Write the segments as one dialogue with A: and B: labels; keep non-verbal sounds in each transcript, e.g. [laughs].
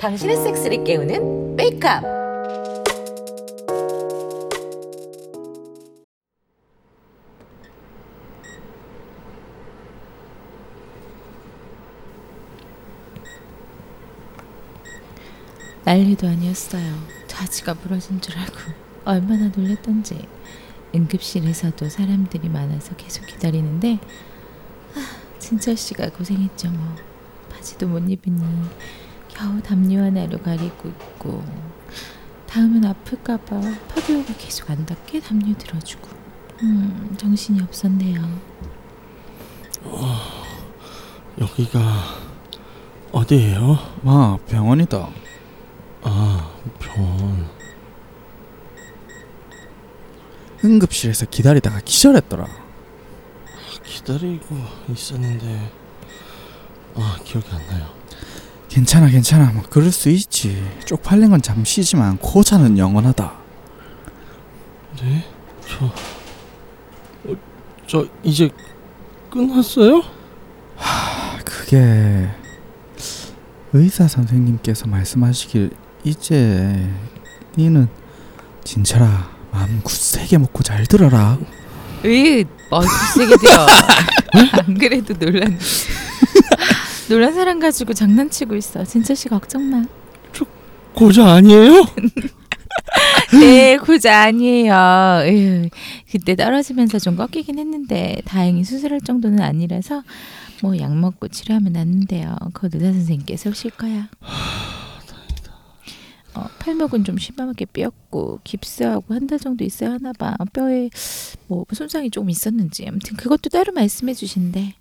A: 당신의 섹스를 깨우는 메이크업.
B: 난리도 아니었어요. 자지가 부러진 줄 알고 얼마나 놀랐던지. 응급실에서도 사람들이 많아서 계속 기다리는데 아, 진철 씨가 고생했죠 뭐. 바지도 못 입으니 겨우 담요 하나로 가리고 있고 다음은 아플까봐 파비오가 계속 안 닿게 담요 들어주고 음 정신이 없었네요.
C: 여기가 어디예요?
D: 마 병원이다.
C: 아 병원
D: 응급실에서 기다리다가 기절했더라.
C: 기다리고 있었는데 아 기억이 안 나요.
D: 괜찮아 괜찮아 뭐 그럴 수 있지. 쪽팔린 건 잠시지만 코자는 영원하다.
C: 네? 저 어, 저 이제 끝났어요?
D: 아, 그게 의사 선생님께서 말씀하시길 이제 니는 진철아 마음 굳세게 먹고 잘 들어라.
B: 으, 멋지게 들어. 안 그래도 놀란 놀란 사람 가지고 장난치고 있어. 진철 씨 걱정 마.
C: 고자 [laughs] 아니에요?
B: 네, 고자 아니에요. 으, 그때 떨어지면서 좀 꺾이긴 했는데 다행히 수술할 정도는 아니라서 뭐 약 먹고 치료하면 낫는데요. 곧 의사 선생님께서 오실 거야. 어, 팔목은 좀 심하게 삐었고 깁스하고 한 달 정도 있어야 하나 봐. 뼈에 뭐 손상이 조금 있었는지 아무튼 그것도 따로 말씀해 주신대.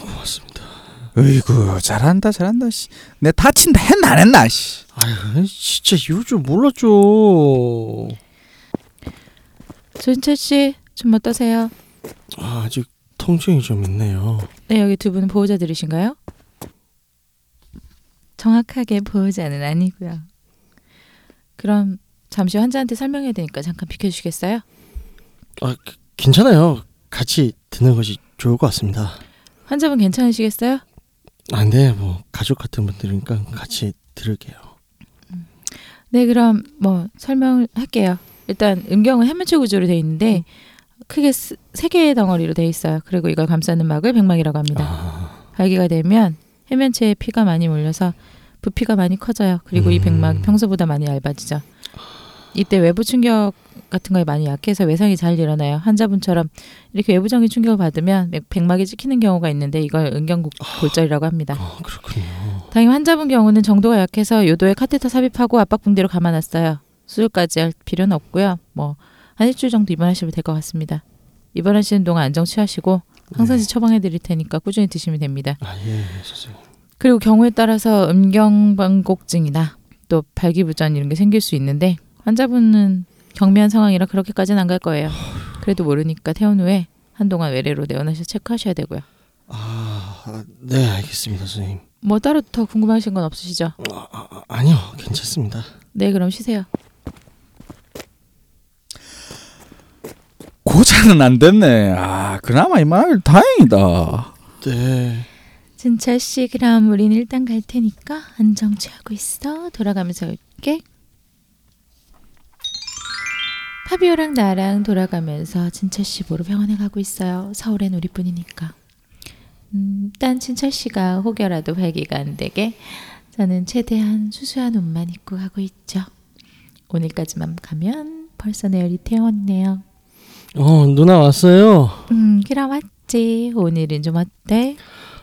C: 고맙습니다.
D: 으이구 잘한다 잘한다 씨. 내 다친다 했나 안 했나 씨.
C: 아유 진짜 이럴 줄 몰랐죠.
B: 조인철 씨, 좀 어떠세요?
C: 아, 아직 통증이 좀 있네요.
B: 네, 여기 두 분은 보호자들이신가요? 정확하게 보호자는 아니고요. 그럼 잠시 환자한테 설명해야 되니까 잠깐 비켜주시겠어요?
C: 괜찮아요. 같이 듣는 것이 좋을 것 같습니다.
B: 환자분 괜찮으시겠어요?
C: 아, 네, 뭐 가족 같은 분들이니까 같이 들을게요.
B: 네, 그럼 뭐 설명을 할게요. 일단 음경은 해면체 구조로 되어 있는데
C: 음.
B: 크게 스- 세 개의 덩어리로 되어 있어요. 그리고 이걸 감싸는 막을 백막이라고 합니다.
C: 아,
B: 발기가 되면 해면체에 피가 많이 몰려서 부피가 많이 커져요. 그리고 이
C: 음.
B: 백막이 평소보다 많이 얇아지죠. 이때 외부 충격 같은 거에 많이 약해서 외상이 잘 일어나요. 환자분처럼 이렇게 외부적인 충격을 받으면 맥- 백막이 찍히는 경우가 있는데 이걸 은경골절이라고 합니다.
C: 아, 그렇군요.
B: 다행히 환자분 경우는 정도가 약해서 요도에 카테터 삽입하고 압박 붕대로 감아놨어요. 수술까지 할 필요는 없고요. 뭐 한 일주일 정도 입원하시면 될 것 같습니다. 입원하시는 동안 안정 취하시고 항산제 처방해 드릴 테니까 꾸준히 드시면 됩니다.
C: 아, 예, 예, 선생님.
B: 그리고 경우에 따라서 음경방곡증이나 또 발기부전 이런 게 생길 수 있는데 환자분은 경미한 상황이라 그렇게까지는 안 갈 거예요. 그래도 모르니까 퇴원 후에 한동안 외래로 내원하셔서 체크하셔야 되고요.
C: 아, 아, 네, 알겠습니다, 선생님.
B: 뭐 따로 더 궁금하신 건 없으시죠?
C: 아, 아, 아, 아니요, 괜찮습니다.
B: 네, 그럼 쉬세요.
D: 고자는 안 됐네. 아 그나마 이만하길 다행이다.
C: 네,
B: 진철 씨, 그럼 우린 일단 갈 테니까 안정 취하고 있어. 돌아가면서 올게. 파비오랑 나랑 돌아가면서 진철 씨 보러 병원에 가고 있어요. 서울엔 우리뿐이니까. 음, 일단 진철 씨가 혹여라도 발기가 안 되게 저는 최대한 수수한 옷만 입고 가고 있죠. 오늘까지만 가면 벌써 내열이 태웠네요.
C: 어, 누나 왔어요.
B: 음, 그럼 왔지. 오늘은 좀 어때?
C: 에,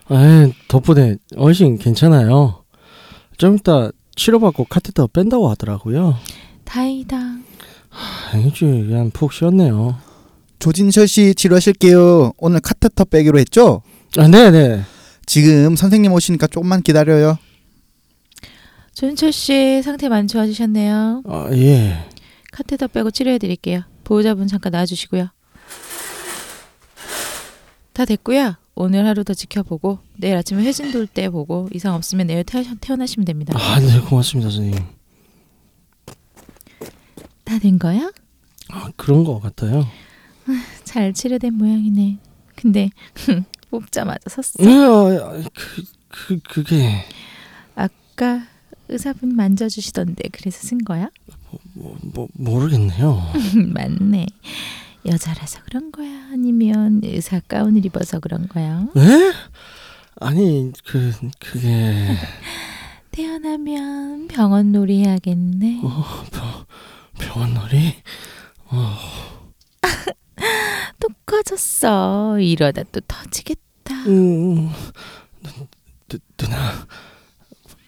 C: 아, 덕분에 훨씬 괜찮아요. 좀 이따 치료받고 카테터 뺀다고 하더라고요.
B: 다행이다.
C: 아, 일주일 그냥 푹 쉬었네요.
D: 조진철 씨 치료하실게요. 오늘 카테터 빼기로 했죠?
C: 아, 네, 네.
D: 지금 선생님 오시니까 조금만 기다려요.
B: 조윤철 씨 상태 많이 좋아지셨네요.
C: 아, 예.
B: 카테터 빼고 치료해 드릴게요. 보호자분 잠깐 나와 주시고요. 다 됐고요. 오늘 하루 더 지켜보고 내일 아침에 회진 돌 때 보고 이상 없으면 내일 태어, 태어나시면 됩니다.
C: 아, 네, 고맙습니다, 선생님.
B: 다 된 거야?
C: 아, 그런 것 같아요.
B: 잘 치료된 모양이네. 근데 [laughs] 뽑자마자 섰어.
C: 으아, 그, 그, 그게
B: 아까 의사분 만져주시던데 그래서 쓴 거야? [laughs]
C: 뭐, 뭐, 모르겠네요.
B: 맞네. 여자라서 그런 거야? 아니면 의사 가운을 입어서 그런 거야?
C: 에? 네? 아니 그 그게
B: 태어나면 병원 놀이 해야겠네.
C: 병원놀이
B: 또 꺼졌어. 이러다 또 터지겠다.
C: 음, 누, 누나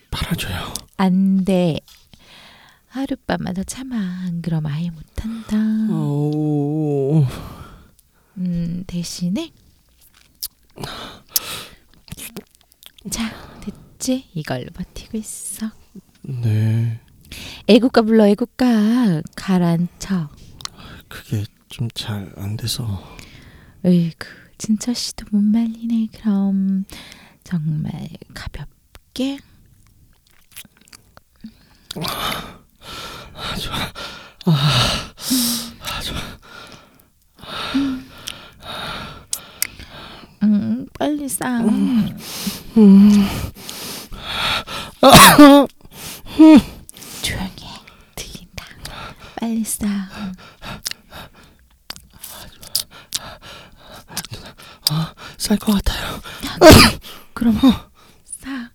C: 빨아줘요.
B: 안 돼. 하룻밤만 더 참아. 안 그럼 아예 못한다.
C: 어,
B: 음, 대신에 자, 됐지? 이걸로 버티고 있어.
C: 네
B: 애국가 불러 애국가 가라앉혀.
C: 그게 좀 잘 안 돼서 [coughs]
B: 으이구, 진철 씨도 못 말리네. 그럼 정말 가볍게 음, 빨리 싸. 조용히 해. 들린다. 빨리 싸.
C: 쌀 것 같아요.
B: 그럼 싸.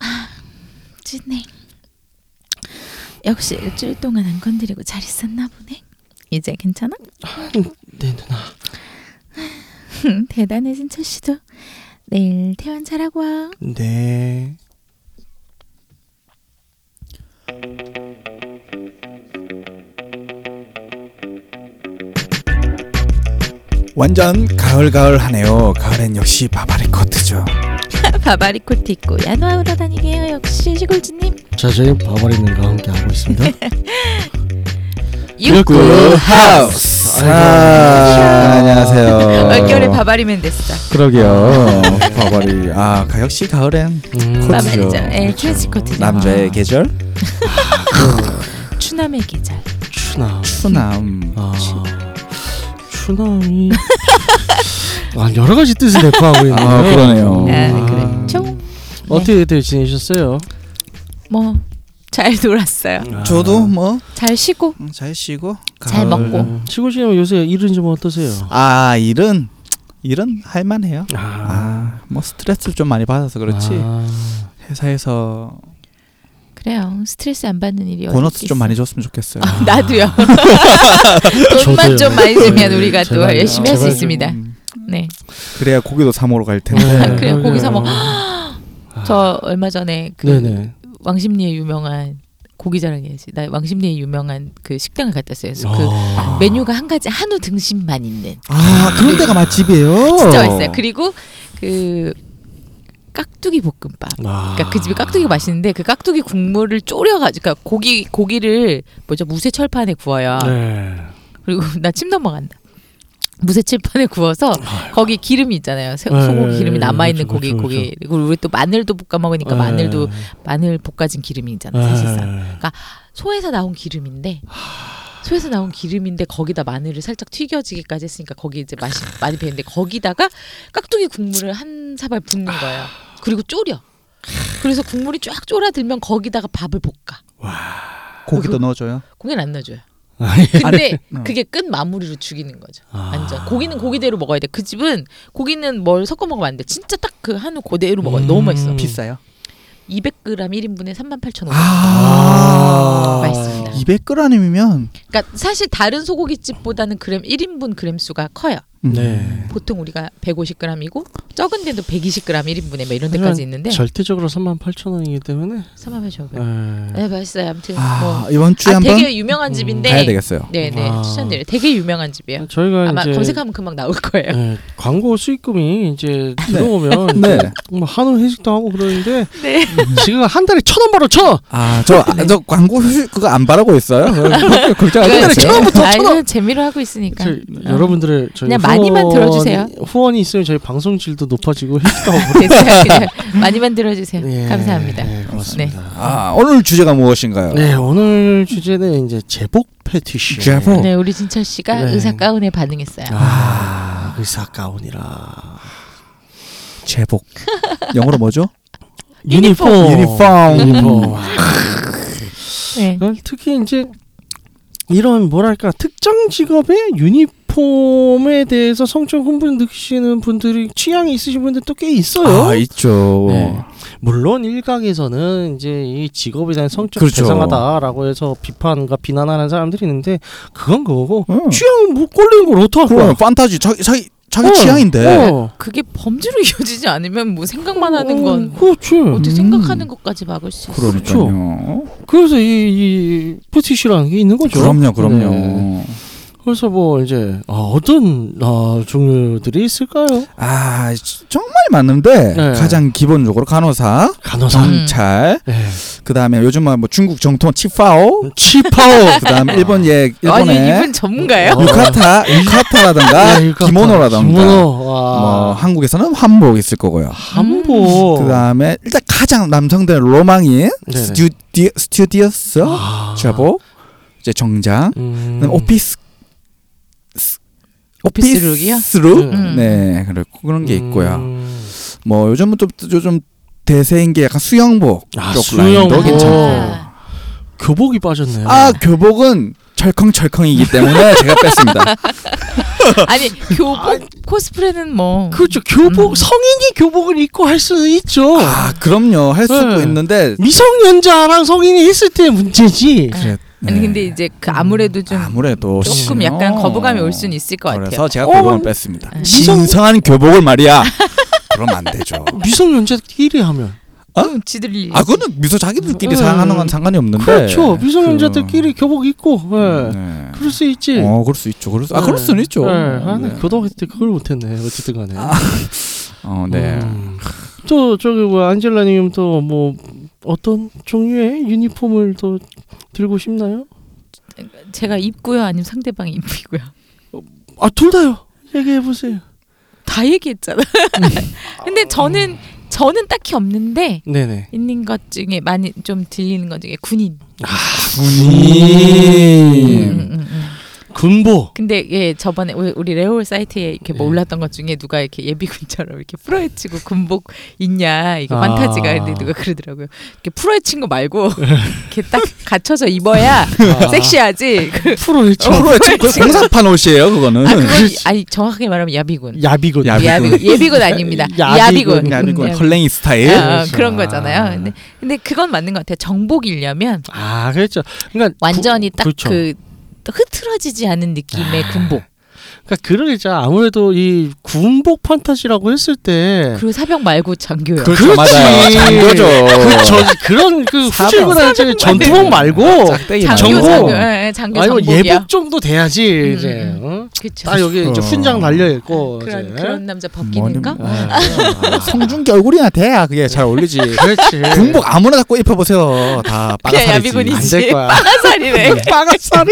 B: 아, 찐해. 역시 일주일 동안 안 건드리고 잘 있었나 보네. 이제 괜찮아? [laughs]
C: 네 누나
B: 대단해 신철 씨도. 내일 퇴원 잘하고 와.
C: 네.
D: 완전 가을가을하네요. 가을엔 역시 바바리 코트죠.
B: 바바리 코트 입고 야노아 오다 다니게요. 역시 시골주님.
C: 자세히 바바리님과 함께 하고 있습니다.
D: 육구 하우스. 아, 안녕하세요.
B: 얼결에 바바리면 됐어.
D: [laughs] 그러게요. 바바리. 아, 가- 역시 가을엔
C: 음,
D: 코트죠.
B: 바바리죠. 예, 트렌치 코트. 뭐
D: 남자의 계절?
B: 추남의 계절.
C: 추남.
D: 추남.
C: 아, 추남이 [laughs] 아, 여러 가지 뜻을 내포하고 있네요. 음.
D: 아, 그러네요.
B: 아, 그래. 총.
C: 어떻게 네. 지내셨어요?
B: 뭐잘 놀았어요.
D: 저도 뭐 잘
B: 잘 쉬고
D: 쉬고
B: 잘
D: 가을-
B: 먹고.
C: 음, 시골 지내면 요새 일은 좀 어떠세요?
D: 아, 일은 일은 할 만해요.
C: 아,
D: 아, 뭐 스트레스를 좀 많이 받아서 그렇지.
C: 아,
D: 회사에서
B: 그래요. 스트레스 안 받는 일이 어디
D: 보너스 좀
B: 있겠어.
D: 많이 줬으면
B: [laughs]
D: 좋겠어요.
B: 아, 나도요.
C: [laughs]
B: 돈만
C: 저도요.
B: 좀 많이 주면 우리가
C: 제발요.
B: 또 열심히 할 수
C: 제발 좀.
B: 있습니다. 네.
D: 그래야 고기도 사 먹으러 갈 텐데.
C: 네,
B: 그래요. 거기서 뭐-
C: 아.
B: 저 얼마 전에 그
C: 네네.
B: 왕십리에 유명한 고기 자랑해야지. 나 왕십리에 유명한 그 식당을 갔다 왔어요. 그래서 그
C: 아.
B: 메뉴가 한 가지 한우 등심만 있는
D: 아 그런 데가 맛집이에요.
B: 진짜 맛있어요. 그리고 그 깍두기 볶음밥.
C: 아.
B: 그러니까 그 집이 깍두기가 맛있는데 그 깍두기 국물을 졸여가지고 그러니까 고기 고기를 뭐죠 무쇠 철판에 구워요.
C: 네.
B: 그리고 [laughs] 나 침 넘어간다. 무쇠 철판에 구워서 거기 기름이 있잖아요. 새-
C: 아. 네,
B: 소고기
C: 네,
B: 기름이 남아 있는
C: 그렇죠,
B: 고기
C: 그렇죠,
B: 고기 그리고 우리 또 마늘도 볶아 먹으니까
C: 네.
B: 그러니까 마늘도 마늘 볶아진 기름이 있잖아
C: 네.
B: 요 사실상 소에서 나온 기름인데 소에서 나온 기름인데 거기다 마늘을 살짝 튀겨지기까지 했으니까 거기 이제 맛이 많이 배는데 거기다가 깍두기 국물을 한 사발 붓는 거예요. 그리고 졸여. 그래서 국물이 쫙 졸아들면 거기다가 밥을 볶아.
D: 고기도 넣어줘요.
B: 고기는 안 넣어줘요.
C: [laughs] 아니,
B: 근데
D: 어.
B: 그게 끝 마무리로 죽이는 거죠.
C: 아.
B: 완전 고기는 고기대로 먹어야 돼. 그 집은 고기는 뭘 섞어 먹으면 안 돼. 진짜 딱 그 한우 그대로 먹어요. 너무
C: 음.
B: 맛있어.
D: 비싸요.
B: 200g 1인분에 38,500원.
D: 아,
B: 맛있습니다.
D: 200g 아니면
B: 그러니까 사실 다른 소고기 집보다는 그램 1인분 그램 수가 커요.
D: 음.
C: 네.
B: 보통 우리가 150g이고 적은데도 120g 1인분에 막 이런 데까지 있는데
C: 네. 절대적으로 38,000원이기 때문에.
B: 3,800원.
C: 네.
B: 네 맛있어요. 아무튼
D: 아
B: 뭐
D: 이번 주에
B: 아,
D: 한번
B: 되게 네. 유명한
C: 음,
B: 집인데
D: 가야 되겠어요.
B: 네네
C: 아.
B: 추천드려요. 되게 유명한 음, 집이에요.
C: 저희가
B: 아마
C: 이제
B: 검색하면 금방 나올 거예요.
C: 네, 광고 수익금이 이제 들어오면
D: 네.
C: 뭐 한우 회식도 하고 그러는데
B: 네.
C: 지금 한 달에 천 원 벌어 천 원.
D: 아저저 광고 휴식 그거 안
B: [laughs]
D: 바라고 있어요? 걱정하지
B: 그건
D: 마세요.
B: 아, 이건 재미로 하고 있으니까. 음. 네. [laughs]
C: 저희 여러분들의 저희
B: 그러니까. 그냥 많이만 들어주세요.
C: 후원이 있으면 저희 방송 질도 높아지고 회식도 하고.
B: 됐어요. 그냥 많이 만들어 주세요.
C: 예,
B: 감사합니다.
C: 네, 고맙습니다.
D: 아 오늘 주제가 무엇인가요?
C: 네 오늘 주제는 이제 제복 패티시.
D: 제복.
B: 네, 우리 진철 씨가
C: 네.
B: 의사 가운에 반응했어요.
C: 아 의사 가운이라.
D: 제복. 영어로 뭐죠?
C: 유니폼.
D: 유니폼. 음.
C: 유니폼.
B: 네.
C: 어, 특히 이제 이런 뭐랄까 특정 직업의 유니폼에 대해서 성적 흥분 느끼시는 분들이 취향이 있으신 분들 또 꽤 있어요.
D: 아 있죠.
C: 네. 물론 일각에서는 이제 이 직업에 대한 성적
D: 그렇죠.
C: 대상하다라고 해서 비판과 비난하는 사람들이 있는데 그건 그거고
D: 응.
C: 취향 못 걸리는 걸 어떡할
D: 어. 그럼
C: 거야?
D: 판타지 자기 자기 자기
C: 어,
D: 취향인데.
C: 어.
B: 그게 범죄로 [laughs] 이어지지 않으면 뭐 생각만 하는 건
C: 그렇지.
B: 어떻게
D: 음.
B: 생각하는 것까지 막을 수 있어.
D: 그러니까요.
C: 그래서 이, 이 포티시라는 게 있는 거죠.
D: 그럼요, 그럼요.
C: 네. 그래서 뭐 이제 아, 어떤 아, 종류들이 있을까요?
D: 아 지- 정말 많은데
C: 네.
D: 가장 기본적으로 간호사,
C: 간호사.
D: 경찰,
C: 네.
D: 그다음에 요즘은 뭐 중국 정통 치파오,
C: 치파오.
D: 그다음에 일본 예
B: 아니
D: 일본의
B: 이분 전문가요?
C: 어.
D: 유카타, 유카타라든가 아, 기모노라든가
C: 아, 예, 기모노. 아. 와.
D: 뭐 한국에서는 한복 있을 거고요.
C: 한복.
D: 그다음에 일단 가장 남성들의 로망인
C: 아. 네네.
D: 스튜디 스튜디오스
C: 아.
D: 제복, 이제 정장,
C: 음.
D: 그다음에 뭐 오피스 스-
B: 오피스룩이요?
D: 오피스룩?
B: 음.
D: 네, 그리고 그런 게 있고요.
C: 음.
D: 뭐 요즘은 좀 요즘 대세인 게 약간 수영복
C: 아,
D: 쪽
C: 수영복.
D: 라인도 어, 괜찮고
B: 아,
C: 교복이 빠졌네요.
D: 아 교복은 철컹철컹이기 때문에 제가 뺐습니다.
B: 아니 교복 코스프레는 뭐
C: 그렇죠. 교복
B: 음.
C: 성인이 교복을 입고 할 수는 있죠.
D: 아 그럼요 할 수도
C: 네.
D: 있는데
C: 미성년자랑 성인이 했을 때 문제지.
D: 그래,
B: 아니
D: 네.
B: 근데 이제 그 아무래도 좀
D: 아무래도
B: 조금
D: 신어.
B: 약간 거부감이 올 수는 있을 것 같아요.
D: 그래서 제가
C: 어,
D: 교복을 뺐습니다.
B: 네.
D: 신성한 교복을 말이야. 그럼 안 되죠.
C: 미성년자끼리 하면
D: 어?
B: 음, 지들이
D: 아 그거는 미소 자기들끼리
C: 음.
D: 사용하는 건 상관이 없는데
C: 그렇죠.
D: 그-
C: 미성년자들끼리 교복 입고 예.
D: 네.
C: 그럴 수 있지.
D: 어 그럴 수 있죠. 그럴 수, 아 그럴 수는 있죠.
C: 네. 아, 나
D: 네.
C: 고등학교 때 그걸 못했네. 어쨌든간에.
D: 아, 어 네.
C: 음. 또 저기 뭐 안젤라님 또 뭐 어떤 종류의 유니폼을 또 들고 싶나요?
B: 제가 입고요, 아니면 상대방이 입고요. [laughs]
C: 아 둘 다요. 얘기해 보세요.
B: 다 얘기했잖아. [laughs] 근데 저는 저는 딱히 없는데
C: 네네.
B: 있는 것 중에 많이 좀 들리는 것 중에 군인.
D: 아,
B: 음, 음, 음,
C: 예.
D: 군인.
B: 음.
C: 군복.
B: 근데 예 저번에 우리 우리 레올 사이트에 이렇게 뭐
C: 예.
B: 올랐던 것 중에 누가 이렇게 예비군처럼 이렇게 풀어헤치고 군복 있냐 이게
C: 아.
B: 환타지가 근데 누가 그러더라고요. 이렇게 풀어헤친 거 말고 이렇게 딱 갖춰서 입어야
D: [laughs]
B: 섹시하지. 그,
C: 아, 프로 했죠.
D: 프로의 그 공사판 옷이에요 그거는.
B: 아 그건 이- 아니 정확하게 말하면 야비군.
C: 야비군.
D: 야비군.
B: 야비군 예비군
D: [laughs]
B: 아닙니다. 야비군.
C: 야비군.
D: 야비군
B: 음,
D: 헐랭이 스타일.
B: 아,
C: 그렇죠.
B: 그런
C: 아.
B: 거잖아요. 근데, 근데 그건 맞는 것 같아요. 정복이려면
C: 아 그렇죠. 그러니까
B: 완전히 딱 그
C: 그렇죠.
B: 흐트러지지 않은 느낌의 군복.
C: 그러니까 그러겠죠. 아무래도 이 군복 판타지라고 했을 때
B: 그리고 사병 말고 장교요.
D: 그렇죠
C: 그렇지.
D: 맞아요.
C: 그
B: 그렇죠.
D: 장교죠.
C: 전 그런 그
D: 사병.
C: 후질구나
B: 사병
C: 전투복 말고
D: 짝대기
B: 장교
C: 정복.
B: 장교. 예, 예, 장교
C: 아니면
B: 정복이야.
C: 예복 정도 돼야지
B: 음,
C: 이제.
B: 음.
C: 응?
B: 그쵸. 예,
C: 딱 여기 이제
D: 어.
C: 훈장 달려 있고.
B: 그런
C: 이제. 어.
B: 그런 아, 남자 벗기는가?
D: 아, 성준기 얼굴이나 돼야 아, 그게 잘
B: [laughs]
D: 어울리지.
C: 그렇지.
D: 군복 아무나 갖고 입혀보세요. 다
B: 네. 야비군이지. [laughs]
C: 안될
D: 빠가살이지.
C: 거야. 예.
B: 빠가살이네.
D: 빠가살이.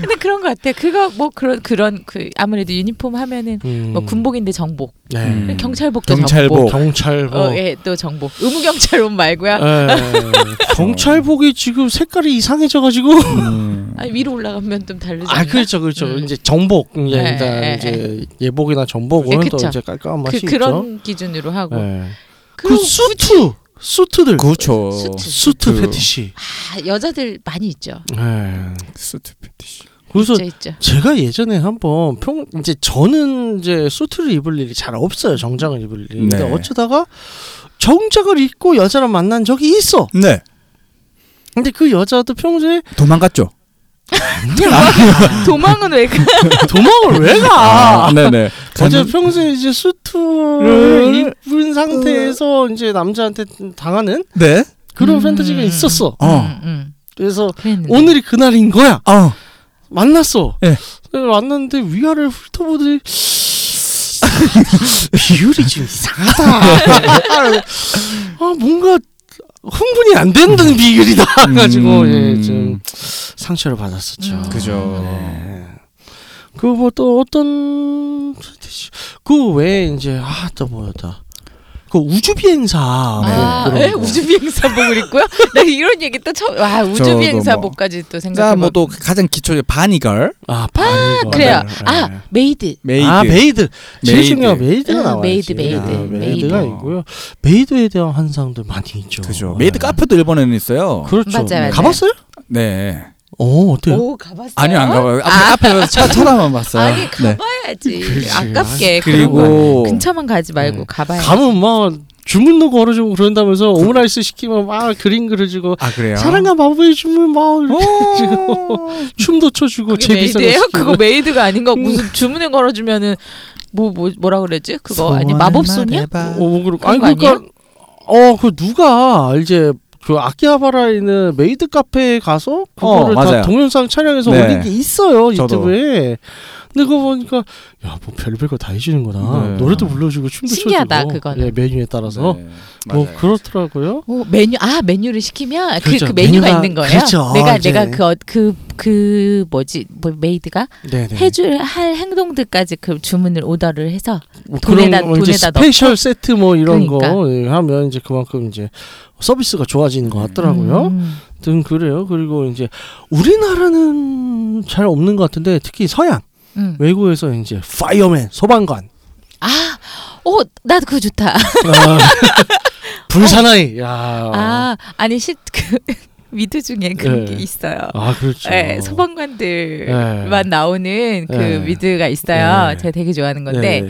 B: 근데 그런 것 같아. 그거 뭐 그런 그런 그 아무래도 유니폼 하면은
C: 음.
B: 뭐 군복인데 정복,
C: 네.
D: 음.
B: 경찰복도
D: 경찰복.
B: 정복.
C: 경찰복.
B: 어, 예, 또 정복. 의무 경찰 옷 말고요.
C: 어. 예. 경찰복이 지금 색깔이 이상해져가지고.
B: [laughs]
D: 음.
B: 아니, 위로 올라가면 좀 다르지.
C: 아
B: 않나?
C: 그렇죠 그렇죠
B: 음.
C: 이제 정복 이제
B: 네,
C: 일단
B: 네,
C: 이제 예복이나 정복은
B: 네,
C: 또
B: 그쵸.
C: 이제 깔끔한
B: 그
C: 맛이 있죠.
B: 그런 기준으로 하고.
C: 예. 그
B: 그리고
C: 수트 수트들
D: 그렇죠.
B: 수트.
C: 수트
D: 그-
C: 패티시.
B: 아, 여자들 많이 있죠.
C: 예.
D: 수트 패티시.
C: 그래서
B: 있죠, 있죠.
C: 제가 예전에 한번 평 이제 저는 이제 수트를 입을 일이 잘 없어요 정장을 입을 일이.
D: 네.
C: 근데 어쩌다가 정장을 입고 여자랑 만난 적이 있어.
D: 네
C: 근데 그 여자도 평소에
D: 도망갔죠.
B: 도망은 왜 가? 어,
C: 도망을 왜 가?
D: 아, 네네.
C: 어제
D: 가는-
C: 평소에 이제
D: 를-
C: 수트를 입은 상태에서 이제 남자한테 당하는
D: 네.
C: 그런
B: 음.
C: 판타지가 있었어.
D: 어.
B: 음, 음.
C: 그래서
B: 그랬는데.
C: 오늘이 그날인 거야.
D: 어.
C: 만났어.
D: 예.
C: 그래서 만났는데 위아래 훑어보더니 [laughs] 비율이 좀 이상하다. 아 뭔가 흥분이 안 된다는 비율이 나가지고
D: 음.
C: 예, 좀 상처를 받았었죠.
B: 음.
D: 그죠.
C: 네. 그뭐 또 어떤 그 외에 이제 아또 뭐였다. 그 우주 비행사.
B: 아,
C: 뭐 그런
B: 에?
C: 거.
B: 우주비행사복을 입고요? [laughs] 나 이런 얘기 또 처음. 와 우주비행사복까지 또
D: 자,
B: 음. 생각해.
D: 뭐 또 가장 기초의 바니걸,
C: 아, 바니걸.
B: 그래요.
C: 네.
B: 아 메이드.
D: 메이드.
C: 아 메이드 제일
D: 메이드.
C: 중요한 메이드가
B: 응,
C: 나와요.
B: 음, 메이드, 메이드,
C: 메이드가
D: 메이드.
C: 있고요. 메이드에 대한 환상도 많이 있죠.
D: 그죠.
C: 네.
D: 메이드 카페도 일본에는 있어요.
C: 그렇죠.
B: 맞아요, 맞아요.
C: 가봤어요?
D: 네.
C: 어 어때요?
B: 오 가봤어요?
D: 아니요, 안 가봐요. 앞에, 앞에서 차, 쳐다만 봤어요.
B: 아니
D: 네.
B: 가봐야지.
C: [laughs] 그렇지.
B: 아깝게 그런 거.
D: 그리고
B: 근처만 가지 말고
C: 네.
B: 가봐야.
C: 가면 막 주문도 걸어주고 그런다면서 오므라이스 시키면 막 그림 그려주고
D: 아 그래요.
C: 사랑과 마법의 주문 막 이렇게
D: 어? 오.
C: 춤도 춰주고
B: 그게
C: 제비상
B: 메이드예요? 그거 메이드가 아닌
C: 음.
B: 거 무슨 주문을 걸어주면은 뭐 뭐 뭐, 라 [laughs] 그랬지? 그거 아니 마법소녀?
C: 어 그렇고 아니
B: 그런 거
C: 그러니까 어그 누가 이제 그 아키하바라에 있는 메이드 카페에 가서 그거를
B: 어,
C: 다
D: 맞아요.
C: 동영상 촬영해서
D: 네.
C: 올린 게 있어요
D: 저도.
C: 유튜브에. 근데 그거 보니까 야 뭐 별별 거 다 해주는구나
D: 네.
C: 노래도 불러주고 춤도
B: 신기하다,
C: 춰주고
B: 그거는.
C: 예, 메뉴에 따라서
D: 네,
C: 뭐
D: 맞아요.
C: 그렇더라고요.
B: 오, 메뉴 아 메뉴를 시키면 그,
C: 그렇죠.
B: 그 메뉴가,
C: 메뉴가-
B: 있는 거예요.
C: 그렇죠.
B: 내가
C: 이제.
B: 내가 그 그 그 뭐지 뭐 메이드가
C: 네네.
B: 해줄 할 행동들까지 그 주문을 오더를 해서
C: 뭐
B: 돈에다-
C: 그런 뭐 이제
B: 돈에다
C: 스페셜 세트 뭐 이런 거
B: 그러니까.
C: 예, 하면 이제 그만큼 이제 서비스가 좋아지는 것 같더라고요.
B: 음.
C: 등 그래요. 그리고 이제 우리나라는 잘 없는 것 같은데 특히 서양
B: 음.
C: 외국에서 이제 파이어맨
B: [laughs]
C: 소방관
B: 아, 오, 나도 그거 좋다.
C: 아, 불사나이 야.
B: 아, 아니 실그 [laughs] 미드 중에 그런
C: 네.
B: 게 있어요.
C: 아, 그렇죠.
B: 예, 소방관들만
C: 네.
B: 나오는 그
C: 네.
B: 미드가 있어요.
C: 네.
B: 제가 되게 좋아하는
C: 네,
B: 건데
C: 네.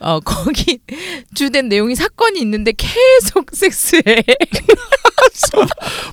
B: 어 거기 [laughs] 주된 내용이 사건이 있는데 계속 [laughs] 섹스해.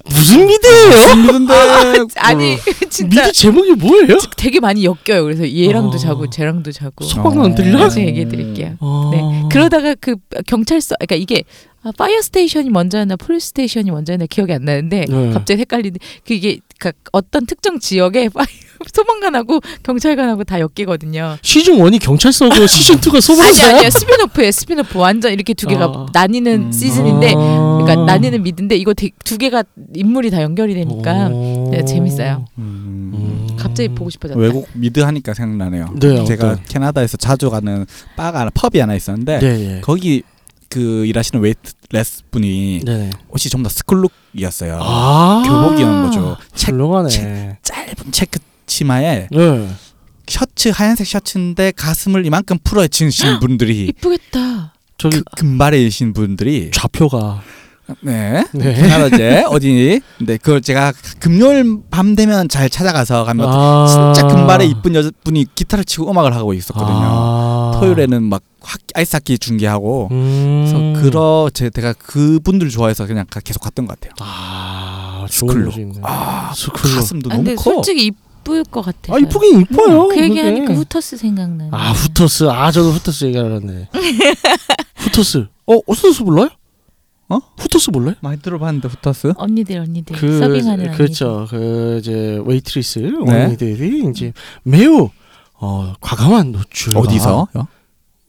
C: 무슨 미드예요?
D: 힘든데.
B: [laughs] 아니 진짜
C: 어. 미드 제목이 뭐예요?
B: 되게 많이 엮여요. 그래서 얘랑도
C: 어.
B: 자고 쟤랑도 자고.
D: 어.
C: 소방관 네. 들려?
B: 나중에 얘기해 드릴게요.
C: 어.
B: 네. 그러다가 그 경찰서 그러니까 이게 아, 파이어 스테이션이 먼저였나 폴리스 스테이션이 먼저였나 기억이 안 나는데
C: 네.
B: 갑자기 헷갈리는데 그게 그 어떤 특정 지역에 파이어 [laughs] 소방관하고 경찰관하고 다 엮이거든요.
C: 시즌 1이
B: [laughs]
C: 경찰서고 시즌 2가
B: 아니
C: 소방사야?
B: 아니요 스피노프예요 스피노프 완전 이렇게 두 개가
C: 어.
B: 나뉘는
D: 음.
B: 시즌인데
C: 아.
B: 그러니까 나뉘는 미드인데 이거 되- 두 개가 인물이 다 연결이 되니까
C: 어.
B: 네, 재밌어요.
D: 음.
B: 갑자기 보고 싶어졌다.
D: 외국 미드 하니까 생각나네요.
C: 네,
D: 제가
C: 어떤?
D: 캐나다에서 자주 가는 바가 하나, 펍이 하나 있었는데
C: 네, 네.
D: 거기 그 일하시는 웨이트레스 분이
C: 네, 네.
D: 옷이 전부 다 스쿨룩이었어요.
C: 아.
D: 교복이었는 거죠. 책
C: 훌륭하네.
D: 짧은 체크 치마에
C: 네.
D: 셔츠 하얀색 셔츠인데 가슴을 이만큼 풀어진 분들이
B: 이쁘겠다.
C: 저기
D: 그 금발이신 분들이
C: 좌표가
D: 네.
C: 네.
D: 캐나다제 어디니? 근데 그걸 제가 금요일 밤 되면 잘 찾아가서 가면
C: 아.
D: 진짜 금발의 이쁜 여자분이 기타를 치고 음악을 하고 있었거든요.
C: 아.
D: 토요일에는 막 학, 아이스하키 중계하고
C: 음.
D: 그래서 그러 제 제가 그분들 좋아해서 그냥 가- 계속 갔던 것 같아요.
C: 아,
D: 스쿨로.
C: 아, 스쿨로.
D: 가슴도
B: 아,
D: 너무
B: 근데
D: 커.
B: 솔직히 이쁠 것 같아서.
C: 아, 이쁘긴 이뻐요.
B: 그 얘기하니까
C: 그게.
B: 후터스 생각나.
C: 아, 후토스. 아, 저도 후토스 [laughs] 얘기하려는데. 후토스. 어, 후토스 몰라요?
D: 어?
C: 후토스 몰라요?
D: 많이 들어봤는데 후타스?
B: 언니들 언니들
C: 그
B: 서빙하는
C: 그렇죠. 그 이제 웨이트리스
D: 네.
C: 언니들이 이제 매우 어, 과감한 노출.
D: 어디서?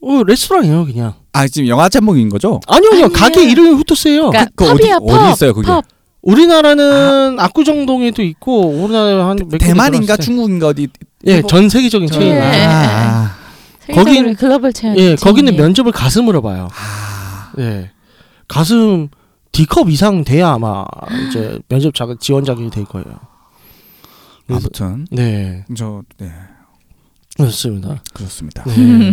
C: 어, 레스토랑이에요, 그냥.
D: 아 지금 영화 제목인 거죠?
C: 아니요, 그냥
B: 아니에요.
C: 가게 이름이 후토스예요.
B: 그러니까
D: 그- 그 어디-
B: 펍이야
D: 어디
B: 펍.
D: 있어요, 그게?
B: 펍.
C: 우리나라는 압구정동에도 있고 우리나라 한몇
D: 대만인가 중국인가 어디?
C: 예, 전 세계적인
B: 전-
C: 체인.
B: 예.
D: 아,
B: 세계적으로
C: 거긴-
B: 글로벌 체험.
C: 예, 거기는 면접을 가슴으로 봐요.
D: 아,
C: 예. 가슴 D컵 이상 돼야 아마 이제 면접 자, 지원 자격이 될 거예요. 그래서-
D: 아무튼
C: 네.
D: 저 네,
C: 그렇습니다.
D: 그렇습니다.
B: [laughs]
C: 네.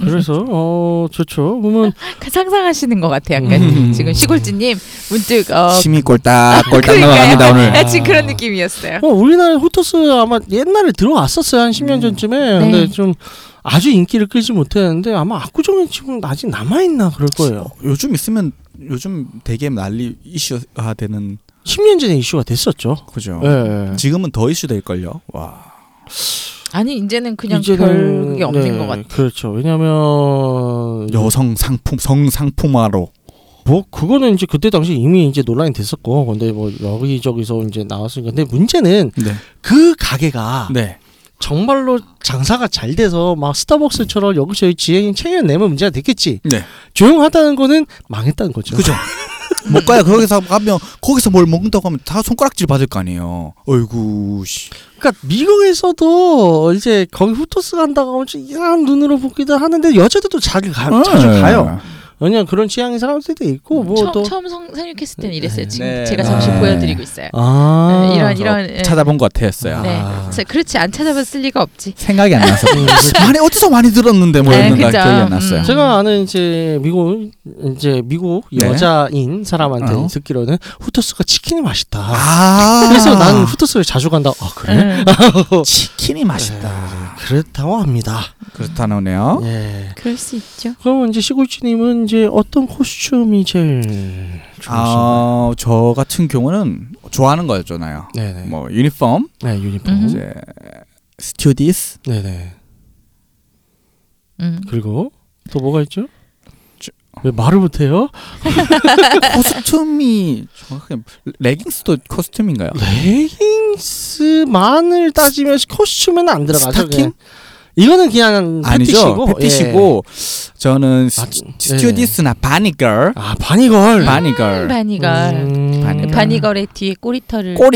C: 그래서 어, 좋죠. 그러면
B: 상상하시는 것 같아 약간
D: 음.
B: 지금 시골지님 문득 어
D: 심이 꼴딱 꼴딱
B: 그러니까요.
D: 나갑니다 오늘.
B: 아, [laughs] 지금 그런 느낌이었어요.
C: [laughs] 어, 우리나라 후토스 아마 옛날에 들어왔었어요. 한 10년 전쯤에. 근데
B: 네.
C: 좀 아주 인기를 끌지 못했는데 아마 압구정에 지금 아직 남아 있나 그럴 거예요.
D: 요즘 있으면 요즘 되게 난리 이슈화 되는
C: 10년 전에 이슈가 됐었죠.
D: 그죠.
C: 예,
B: 네.
C: 예.
D: 지금은 더 이슈 될걸요. 와.
B: 아니 이제는 그냥
C: 이제는-
B: 별 그게 없는
C: 네,
B: 것 같아.
C: 그렇죠.
B: 음.
C: 왜냐면
D: 여성 상품 성상품화로
C: 뭐 그거는 이제 그때 당시 이미 이제 논란이 됐었고 근데 뭐 여기저기서 이제 나왔으니까 근데 문제는
D: 네.
C: 그 가게가
D: 네.
C: 정말로 장사가 잘 돼서 막 스타벅스처럼 여기저기 지혜인 체인 내면 문제가 됐겠지.
D: 네.
C: 조용하다는 거는 망했다는 거죠.
D: 그죠. 못 가요. 거기서 가면 거기서 뭘 먹는다고 하면 다 손가락질 받을 거 아니에요. 어이구 씨.
C: 그러니까 미국에서도 이제 거기 후토스 간다고 하면 좀 이상한 눈으로 보기도 하는데 여자들도 자주,
B: 아,
C: 가,
D: 네.
C: 자주
D: 음.
C: 가요. 왜냐면 그런 취향의 사람들도 있고
B: 처음,
C: 뭐또
B: 처음 성, 생육했을 때는 이랬어요. 지금
D: 네.
B: 제가 잠시
D: 아. 어,
B: 보여드리고 있어요.
C: 아,
B: 네, 이런 이런 예.
D: 찾아본 것 같았어요.
B: 네. 자, 그렇지 안 찾아봤을 리가 없지.
D: 생각이 안 나서.
C: 음.
D: 많이 어디서 많이 들었는데
B: 네,
D: 뭐였는가
B: 그죠.
D: 기억이 안 났어요.
B: 음.
C: 제가 아는 이제 미국 이제 미국
D: 네.
C: 여자인 사람한테
D: 어.
C: 듣기로는 후토스가 치킨이 맛있다.
D: 아. 네.
C: 그래서 나는 후토스를 자주 간다. 아 그래?
B: 음,
D: 치킨이 맛있다.
C: 그렇다고 합니다.
D: 네, 그렇다네요.
C: 예.
B: 그럴 수 있죠.
C: 그럼 이제 시골주님은 이제 어떤 코스튬이 제일 좋으신가요?
D: 아, 저 같은 경우는 좋아하는 거였잖아요.
C: 네네.
D: 뭐 유니폼,
C: 네 유니폼.
B: 음.
D: 이제 스튜디스,
C: 네네.
B: 음.
C: 그리고 또 뭐가 있죠?
D: 저-
C: 왜 말을 못해요? 네.
D: 코스튬이 정확하게 레깅스도 코스튬인가요?
C: 레깅스만을 따지면 코스튬에는 안 들어가죠.
D: 스타킹?
C: 그냥. 이거는 그냥
D: 아니죠.
C: 패티시고.
D: 패티시고 저는
C: 예. 아,
D: 스- 스튜디스나 바니걸,
C: 아 바니걸.
B: 네.
D: 바니걸
B: 바니걸
C: 음.
D: 바니걸.
B: 바니걸의 뒤에 꼬리털을
D: 꼴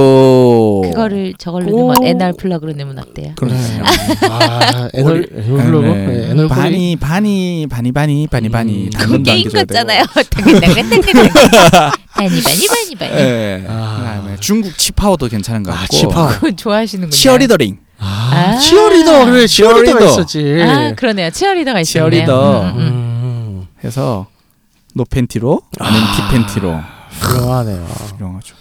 D: 있어야죠.
B: 그거를 저걸로
C: 오.
B: 넣으면 NR 플러그로 넣으면 어때요?
D: 그러네요.
C: 아 애널 애널로그.
D: 네.
C: 네, 애널 꼬리.
D: 바니 바니 바니 바니 바니 바니
C: 음.
D: 당근도 안
B: 게임
D: 껴줘야
B: 같잖아요. [laughs]
D: 돼요.
B: 당근당근당근당근. 바니 바니 바니 바니.
D: 예.
C: 아.
D: 그다음에 중국 치파오도 괜찮은 것
C: 아
D: 같고.
C: 치파.
B: 그건 좋아하시는군요.
D: 치어리더링.
C: 아,
B: 아.
C: 치어리더 그래 치어리더
D: 치어리더.
C: 있었지.
B: 아 그러네요. 치어리더가 있었네요.
D: 치어리더.
B: 음, 음, 음.
C: 음.
D: 해서 노 팬티로 아니면
C: 아.
D: 티 팬티로
C: 훌륭하네요.
D: 유명하죠.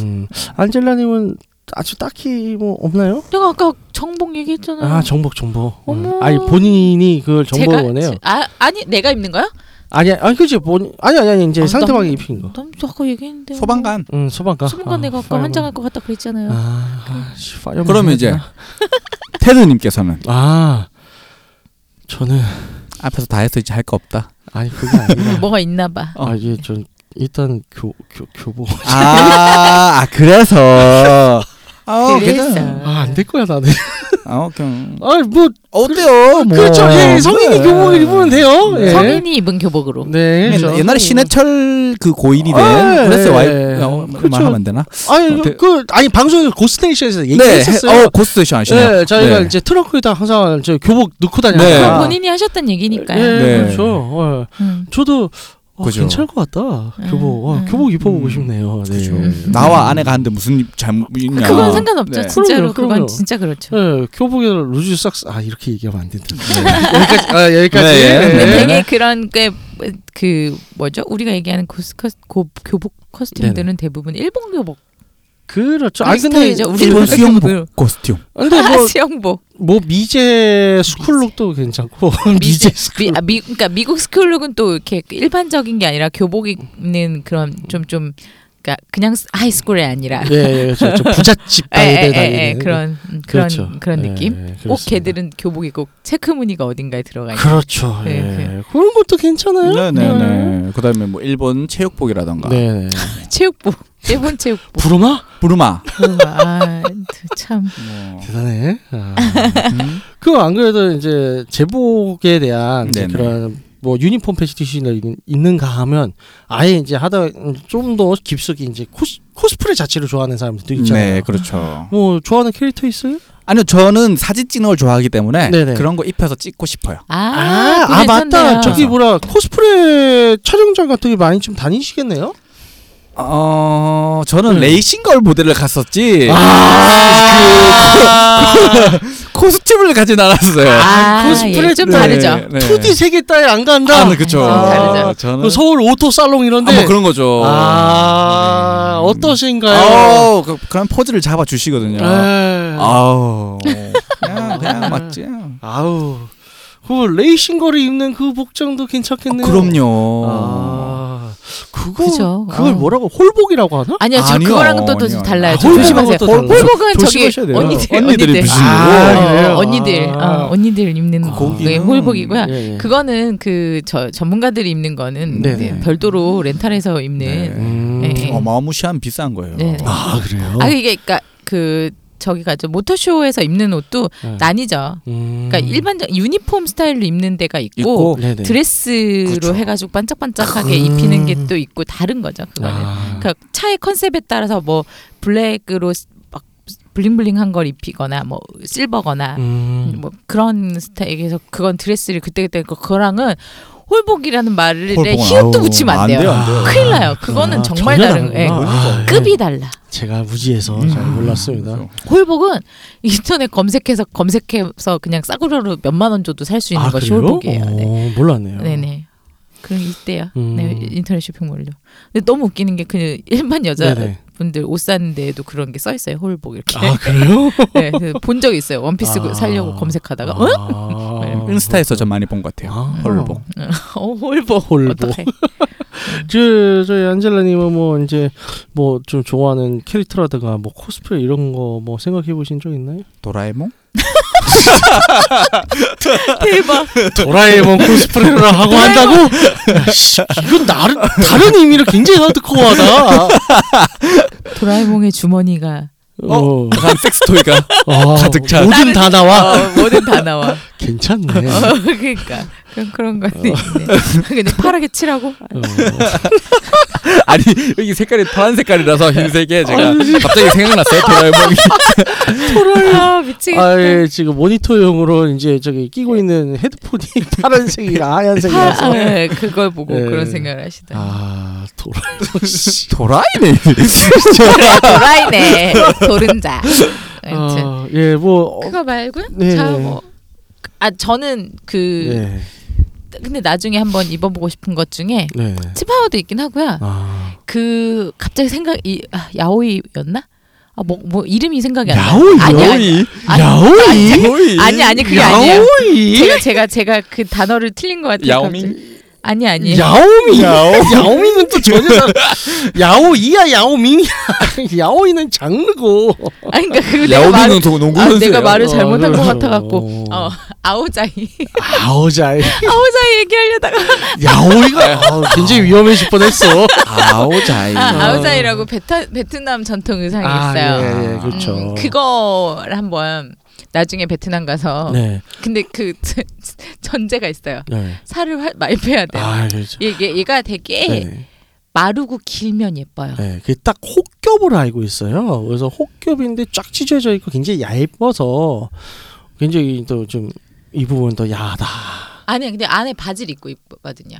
C: 음. 안젤라님은 아주 딱히 뭐 없나요?
B: 내가 아까 정복 얘기했잖아요.
C: 아 정복 정복.
B: 음. 어머.
C: 아니 본인이 그걸
B: 제가-
C: 정복을 원해요.
B: 제- 아 아니 내가 입는 거야?
C: 아니 아니 그지 본 아니 아니 아니 이제
B: 아,
C: 상대방이
B: 나-
C: 입힌 거.
B: 난 아까 얘기했는데. 어,
D: 소방관.
C: 응 소방관.
B: 소방관 내가 아까 환장할 것 같다 그랬잖아요.
C: 아, 씨, 파이어맨
D: 그러면
C: 해야
D: 이제
C: 되나?
D: [laughs] 테드님께서는
C: 아 저는
D: 앞에서 다이어트 이제 할 거 없다.
C: 아니 그게 아니라
B: 뭐가 있나 봐.
C: 아 이게 전 일단 교 교 교복
D: 아, 아 그래서. 아,
B: 그래서.
D: 괜찮아.
C: 아 안 될 거야 나는.
D: 아, 그냥
C: 아뭐
D: 어때요? 뭐. 네.
C: 그렇죠 예 성인이
D: 그래.
C: 교복을 입으면 돼요. 예.
B: 성인이 입은 교복으로.
C: 네
D: 옛-
C: 그렇죠.
D: 옛날에 신해철 그 고인이 된
C: 아,
D: 그래서
C: 예,
D: 와이
C: 예.
D: 어,
C: 그렇죠.
D: 말하면 안 되나?
C: 아니
D: 어때-
C: 그 아니 방송에서 고스테이션에서 얘기했었어요.
D: 네, 어, 고스트션 아시네요.
C: 예, 저희가
D: 네.
C: 이제 트렁크에다 항상 저 교복 넣고
D: 네.
B: 그건
C: 다니니까.
B: 본인이 하셨던 얘기니까요.
C: 예,
D: 네.
C: 그렇죠. 어,
B: 음.
C: 저도 어,
D: 그죠.
C: 괜찮을 것 같다.
B: 음,
C: 교복, 와,
B: 음.
C: 교복 입어보고
D: 음.
C: 싶네요. 네.
D: 그죠.
B: 음.
D: 나와 아내가 하는데 무슨 잘못 있냐?
B: 그건 상관없죠.
D: 네.
B: 진짜로
C: 그럼요,
B: 그건
C: 그럼요.
B: 진짜 그렇죠.
C: 예, 교복에 루즈 삭스 아 이렇게 얘기하면 안 된다. 여기까지, 아, 여기까지.
D: 네, 예.
C: 네.
B: 근데
D: 네.
B: 되게 그런 꽤 그 뭐죠? 우리가 얘기하는 그 고스 커스, 고, 교복
C: 네,
B: 커스튬들은 대부분 일본 교복.
C: 그렇죠. 아 근데
B: 스타일이죠. 우리
D: 일본
B: 그-
D: 수영복 코스튬.
C: 근데
B: 아,
C: 뭐,
B: [laughs] 수영복.
C: 뭐 미제 스쿨룩도 괜찮고 [laughs] 미제
B: 미,
C: 스쿨.
B: 아, 미, 그러니까 미국 스쿨룩은 또 이렇게 일반적인 게 아니라 교복 입는 그런 좀 좀 그러니까 그냥 스- 하이스쿨이 아니라 예,
C: 예, 예, 그렇죠. 저 부잣집
B: 에, 에,
C: 아이들
B: 에, 에,
C: 다니는
B: 그런 음, 그런
C: 그렇죠.
B: 그런
C: 예,
B: 느낌.
C: 예,
B: 꼭
C: 그렇습니다.
B: 걔들은 교복 입고 체크 무늬가 어딘가에 들어가 있는.
C: 그렇죠.
B: 네,
C: 예. 그런 것도 괜찮아요.
D: 네, 네, 네. 그다음에 뭐 일본 체육복이라던가.
C: 네. 네.
B: 체육복. 일본
C: [laughs]
B: 체육복.
C: 부르마?
D: 부르마.
C: 음,
B: 아, 참.
D: 뭐.
C: 대단해. 아.
D: 음.
C: 그 안 그래도 이제 제복에 대한 이제
D: 네네.
C: 그런 뭐 유니폼 패티시나 있는가 하면 아예 이제 하다 좀 더 깊숙이 이제 코스, 코스프레 자체를 좋아하는 사람들도 있잖아요.
D: 네, 그렇죠.
C: 뭐 좋아하는 캐릭터 있어요?
D: 아니요, 저는 사진 찍는 걸 좋아하기 때문에
C: 네네.
D: 그런 거 입혀서 찍고 싶어요.
B: 아,
C: 아, 아, 맞다. 저기 뭐라 코스프레 촬영장 같은 게 많이 좀 다니시겠네요.
D: 어, 저는
C: 음.
D: 레이싱걸 모델을
C: 예.
D: 갔었지. 그
C: 아,
D: [laughs] 코스튬을 가진 않았어요.
B: 아,
C: 그 코스프레
B: 코스프레 좀
D: 네,
B: 다르죠. 어.
D: 네.
C: 2D 세계 따위 안 간다.
D: 아, 네, 그쵸.
B: 다르죠.
D: 저는
C: 그 서울 오토 살롱 이런데.
D: 아, 뭐 그런 거죠.
C: 네. 아,
D: 음.
C: 어떠신가요?
D: 아우, 그, 그런 포즈를 잡아 주시거든요.
C: 네.
D: 아우, 그냥, 그냥 맞지.
C: 아우
D: 아,
C: 그 레이싱 거리 입는 그 복장도 괜찮겠네요.
D: 그럼요.
C: 아, 그거
B: 그죠.
C: 그걸
B: 어.
C: 뭐라고 홀복이라고 하나?
B: 아니요, 저
D: 아니요.
B: 그거랑은 또, 또
D: 아니요.
B: 달라요.
C: 아,
B: 좀 조심하세요.
C: 홀복은 또 달라요.
B: 홀복은 저기
C: 조심하셔야 돼요.
B: 언니들,
D: 언니들이
B: 언니들,
D: 무슨
C: 일이에요? 아, 그래요?
B: 어, 언니들,
C: 아.
B: 어, 언니들 입는 아, 그게
C: 거기는-
B: 홀복이고요.
C: 예, 예.
B: 그거는 그 저 전문가들이 입는 거는
C: 네네.
B: 이제 별도로 렌탈해서 입는.
C: 음.
B: 예.
D: 어마무시한 비싼 거예요.
B: 네.
C: 아 그래요?
B: 아 이게 그러니까 그 저기 가죠 모터쇼에서 입는 옷도
C: 네.
B: 나뉘죠.
C: 음.
B: 그러니까 일반적 유니폼 스타일로 입는 데가 있고,
D: 있고,
C: 네네.
B: 드레스로
D: 그쵸.
B: 해가지고 반짝반짝하게
C: 음.
B: 입히는 게 또 있고 다른 거죠. 그거는.
C: 아.
B: 그러니까 차의 컨셉에 따라서 뭐 블랙으로 시- 막 블링블링한 걸 입히거나 뭐 실버거나
C: 음.
B: 뭐 그런 스타일에서 그건 드레스를 그때그때 입고 그거랑은 홀복이라는 말에
D: 홀복은
B: 히읗도
D: 아우,
B: 붙이면 안
D: 안
B: 돼요.
D: 돼요, 안 돼요.
B: 큰일 나요. 그거는
C: 아,
B: 정말
C: 전혀
B: 다른 예. 음.
C: 다르구나. 아,
B: 급이 달라.
C: 제가 무지해서 잘 몰랐습니다.
B: 홀복은 인터넷 검색해서 검색해서 그냥 싸구려로 몇만 원 줘도 살 수 있는
C: 아
B: 것이
C: 그래요?
B: 홀복이에요. 네.
C: 어, 몰랐네요.
B: 네네. 그런 게 있대요.
C: 음.
B: 네, 인터넷 쇼핑몰로. 근데 너무 웃기는 게 그 일반
C: 네네.
B: 여자분들 옷 사는 데에도 그런 게 써 있어요. 홀복 이렇게.
C: 아 그래요?
B: [laughs] 네, 본적 있어요. 원피스
C: 아.
B: 살려고 검색하다가 어?
C: 아.
D: 인스타에서 좀 많이 본 것 같아요.
C: 아.
D: 홀복.
B: 어, 홀복.
C: 홀복.
B: 어떡해.
C: 저, 저희 안젤라님은 뭐 이제 뭐 좀 좋아하는 캐릭터라든가 뭐 코스프레 이런 거 뭐 생각해 보신 적 있나요?
D: 도라에몽?
C: [laughs]
B: 대박. [laughs]
C: 도라에몽 코스프레를 하고 한다고? 야, 씨, 이건 나름 다른 의미로 굉장히 하드코어하다.
B: 도라에몽의 주머니가
C: 어, 어,
D: 약간 [laughs] 섹스토이가 가득 찬.
C: 모든 다 나와.
B: 어, 뭐든 다 나와.
C: 괜찮네.
B: 어,
C: 어.
B: 그러니까 그런 그런 거 있네. 근데 파랗게 칠하고
C: 어.
D: 아니 여기 색깔이 파란 색깔이라서 흰색에 제가 갑자기 생각났어요. 도라에몽이.
B: 아 미치겠다.
C: 아, 예, 지금 모니터용으로 이제 저기 끼고 있는 헤드폰이 [laughs] 파란색이랑
B: 네. 파,
C: 하얀색이라서.
B: 아, 예, 그걸 보고
C: 예.
B: 그런 생각을 하시다.
C: 아, 도라에몽.
B: [laughs]
C: 씨.
D: 도라이네.
B: 도라이네 도른자. 아무튼
C: 아, 예, 뭐. 어,
B: 네, 그거 말고요.
C: 네.
B: 자, 뭐. 아 저는 그
C: 네.
B: 근데 나중에 한번 입어보고 싶은 것 중에
C: 네.
B: 치파오도 있긴 하고요.
C: 아.
B: 그 갑자기 생각 이 아, 야오이였나? 아 뭐 뭐 이름이 생각이 안 나.
C: 야오이?
B: 아니 아니. 아니, 아니, 아니,
D: 도이.
B: 아니 아니 그게 아니에요.
C: 야오이?
B: 제가 제가 제가 그 단어를 틀린 것 같아요.
D: 야오밍?
B: 갑자기. 아니 아니.
C: 야오미. 야오미는 또 전혀
B: [laughs]
C: 다른. 야오이야 야오밍이야. [laughs] 야오이는 장르고.
B: 아니 그러니까 그 내가 말을
D: 야오밍은 동- 농구
B: 아,
D: 선수예요.
B: 내가 말을
C: 어,
B: 잘못한 것
C: 그래요.
B: 같아 갖고 어, 아오자이 [laughs]
C: 아오자이.
B: 아오자이 얘기하려다가
C: 야오이가 아, 굉장히 위험해질 뻔했어.
D: 아오자이.
B: 아, 아오자이라고 베타, 베트남 전통 의상이 있어요.
C: 예, 예, 그렇죠.
B: 음, 그거를 한번 나중에 베트남 가서
C: 네.
B: 근데 그 [laughs] 전제가 있어요.
C: 네.
B: 살을 활- 많이 빼야 돼요.
C: 아, 그렇죠.
B: 얘, 얘가 되게
C: 네.
B: 마르고 길면 예뻐요.
C: 네. 그딱 혹겹을 알고 있어요. 그래서 혹겹인데 쫙 찢어져 있고 굉장히 얇아서 굉장히 또 좀 이 부분 더 야하다.
B: 아니 근데 안에 바지를 입고 입거든요.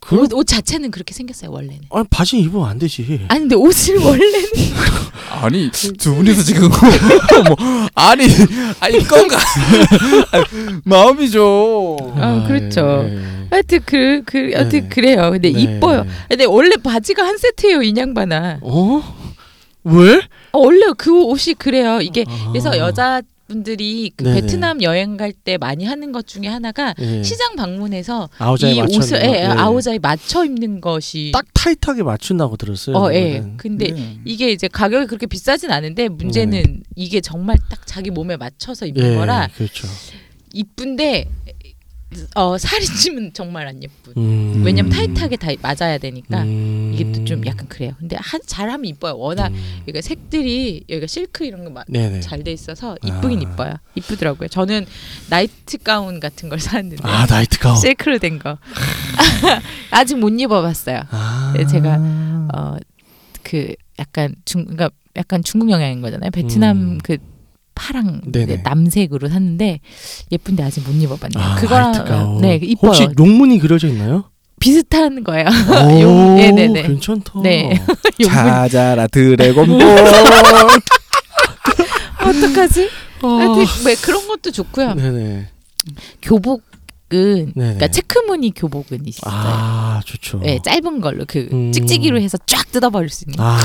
C: 그
B: 옷, 옷 자체는 그렇게 생겼어요 원래는.
C: 아니 바지 입으면 안 되지.
B: 아니 근데 옷을
C: 음.
B: 원래는 [laughs]
D: 아니
B: 음.
D: 두 분이서 지금 [laughs] 뭐 아니 아니
B: [laughs]
D: 건가 아니, 마음이 좀
B: 아, 그렇죠.
C: 예, 예.
B: 하여튼 그, 그 하여튼
C: 네.
B: 그래요. 근데
C: 네.
B: 이뻐요. 근데 원래 바지가 한 세트예요 이 양반아.
C: 어? 왜?
B: 어, 원래 그 옷이 그래요. 이게 그래서
C: 아.
B: 여자분들이 그
C: 네네.
B: 베트남 여행 갈 때 많이 하는 것 중에 하나가
C: 예.
B: 시장 방문해서
C: 아오자에
B: 이
C: 맞춰
B: 옷을
C: 입는 거.
B: 예,
C: 예.
B: 아오자에 맞춰 입는 것이
C: 딱 타이트하게 맞춘다고 들었어요.
B: 어, 예.
C: 그거는. 네.
B: 근데
D: 네.
B: 이게 이제 가격이 그렇게 비싸진 않은데 문제는 이게 정말 딱 자기 몸에 맞춰서 입는
C: 예,
B: 거라
C: 그렇죠.
B: 이쁜데 어 살이 찌면 정말 안 예쁜.
C: 음.
B: 왜냐면 타이트하게 다 맞아야 되니까
C: 음.
B: 이게 또 좀 약간 그래요. 근데 한 잘하면 이뻐요. 워낙
C: 음.
B: 여기가 색들이 여기가 실크 이런 거 많.
C: 네네.
B: 잘 돼 있어서 이쁘긴
C: 아.
B: 이뻐요. 이쁘더라고요. 저는 나이트 가운 같은 걸 샀는데
C: 아 나이트 가운.
B: 실크로 된 거. [laughs] 아직 못 입어봤어요.
C: 아.
B: 네, 제가 어그 약간 중 그러니까 약간 중국 영향인 거잖아요. 베트남
C: 음.
B: 그 파랑
C: 네네.
B: 남색으로 샀는데 예쁜데 아직 못 입어봤네요.
C: 아,
B: 그거랑
C: 나이트 가운.
B: 네 이뻐요.
C: 혹시 용문이 그려져
B: [laughs]
C: 있나요?
B: 비슷한
C: [laughs]
B: 거예요.
C: 오,
B: 네네네.
C: 괜찮다.
B: 네. 용문 [laughs]
D: 찾아라 드래곤볼
B: 어떡하지? [laughs]
C: 아.
B: 하여튼 왜 그런 것도 좋고요.
C: 네네.
B: 교복은
C: 네네.
B: 그러니까 체크무늬 교복은 있어요.
C: 아 좋죠.
B: 네, 짧은 걸로 그
C: 음.
B: 찍찍이로 해서 쫙 뜯어버릴 수 있는. [laughs]
C: 아.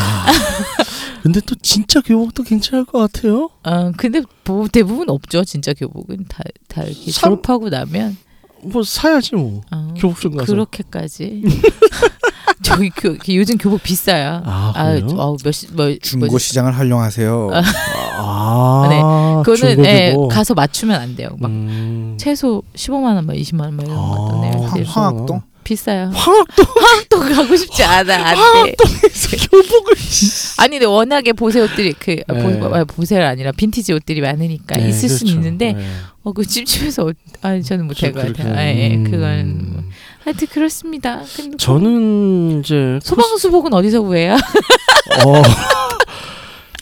C: 근데 또 진짜 교복도 괜찮을 것 같아요.
B: 어, 근데 뭐 대부분 없죠. 진짜 교복은 다 다 이렇게
C: 삼-
B: 졸업하고 나면
C: 뭐 사야지 뭐.
B: 어,
C: [laughs] 교복점 가서.
B: 그렇게까지 [laughs] 저기 교, 요즘 교복 비싸요.
C: 아, 그래요?
B: 어, 몇십 뭐
D: 중고 시장을 활용하세요.
C: 아,
B: 네. 그거는 예,
C: 중고도. 뭐.
B: 가서 맞추면 안 돼요. 막
C: 음.
B: 최소 15만 원, 막 20만 원, 막 이런 거
C: 아,
B: 같던데요.
D: 황-
B: 근데
C: 그래서-
D: 황학동?
B: 비싸요.
C: 황학도
B: 또 가고 싶지 않아. 안 돼. 네.
C: 교복을
B: 아니 근데 워낙에 보세 옷들이 그 아,
C: 네.
B: 보, 아, 보세가 아니라 빈티지 옷들이 많으니까
C: 네,
B: 그러니까 있을 순
C: 그렇죠.
B: 있는데
C: 네.
B: 어 그 찜찜해서 옷- 아니 저는 못할 것 같아요. 아, 예,
C: 음.
B: 그건 뭐. 하여튼 그렇습니다. 근데
C: 저는 이제
B: 소방수복은 어디서 구해요? [laughs]
C: 어.